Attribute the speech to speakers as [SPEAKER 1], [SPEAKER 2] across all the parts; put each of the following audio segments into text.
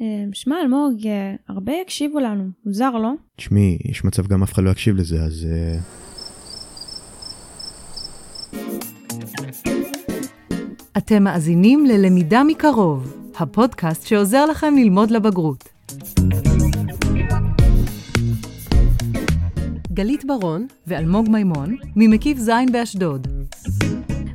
[SPEAKER 1] אה, שמע, אלמוג, אה, הרבה יקשיבו לנו, מוזר, לא?
[SPEAKER 2] תשמעי, יש מצב גם אף אחד לא יקשיב לזה, אז... אה,
[SPEAKER 3] אתם מאזינים ללמידה מקרוב, הפודקאסט שעוזר לכם ללמוד לבגרות. גלית ברון ואלמוג מימון, ממקיף ז' באשדוד.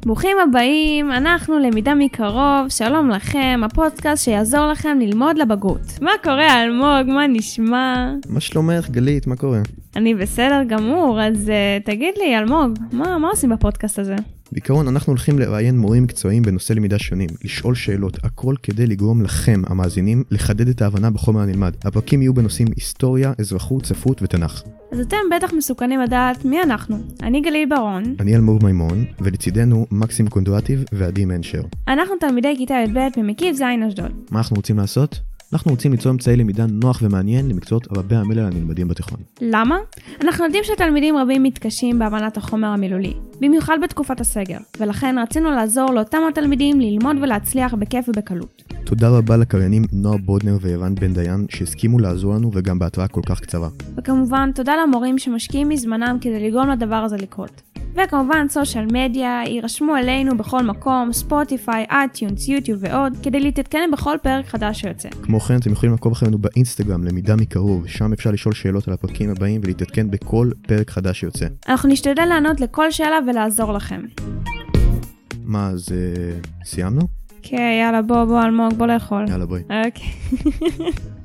[SPEAKER 1] ברוכים הבאים, אנחנו למידה מקרוב, שלום לכם, הפודקאסט שיעזור לכם ללמוד לבגרות. מה קורה, אלמוג? מה נשמע?
[SPEAKER 2] מה שלומך, גלית? מה קורה?
[SPEAKER 1] אני בסדר גמור, אז uh, תגיד לי, אלמוג, מה, מה עושים בפודקאסט הזה?
[SPEAKER 2] בעיקרון, אנחנו הולכים לראיין מורים מקצועיים בנושא למידה שונים, לשאול שאלות, הכל כדי לגרום לכם, המאזינים, לחדד את ההבנה בחומר הנלמד. הפרקים יהיו בנושאים היסטוריה, אזרחות, ספרות ותנ"ך.
[SPEAKER 1] אז אתם בטח מסוכנים לדעת מי אנחנו. אני גליל ברון,
[SPEAKER 2] אני אלמוג מימון, ולצידנו מקסים קונדואטיב ועדי מנשר.
[SPEAKER 1] אנחנו תלמידי כיתה י"ב ממקיף ז' אשדוד.
[SPEAKER 2] מה אנחנו רוצים לעשות? אנחנו רוצים ליצור אמצעי למידה נוח ומעניין למקצועות רבי המלל הנלמדים בתיכון.
[SPEAKER 1] למה? אנחנו יודעים שתלמידים רבים מתקשים בהבנת החומר המילולי, במיוחד בתקופת הסגר, ולכן רצינו לעזור לאותם התלמידים ללמוד ולהצליח בכיף ובקלות.
[SPEAKER 2] תודה רבה לקריינים נועה בודנר ויוון בן דיין שהסכימו לעזור לנו וגם בהתראה כל כך קצרה.
[SPEAKER 1] וכמובן, תודה למורים שמשקיעים מזמנם כדי לגרום לדבר הזה לקרות. וכמובן, סושיאל מדיה, יירשמו אלינו בכל מקום, ספוטיפיי, אייטיונס, יוטיוב ועוד, כדי להתעדכן בכל פרק חדש שיוצא.
[SPEAKER 2] כמו כן, אתם יכולים לעקוב אחרינו באינסטגרם למידה מקרוב, שם אפשר לשאול שאלות על הפרקים הבאים ולהתעדכן בכל פרק חדש שיוצא.
[SPEAKER 1] אנחנו נשתדל לענות לכל שאלה ולעזור לכם.
[SPEAKER 2] מה, אז אה, סיימנו?
[SPEAKER 1] אוקיי, יאללה, בוא, בוא, אלמוג, בוא לאכול.
[SPEAKER 2] יאללה בואי.
[SPEAKER 1] אוקיי.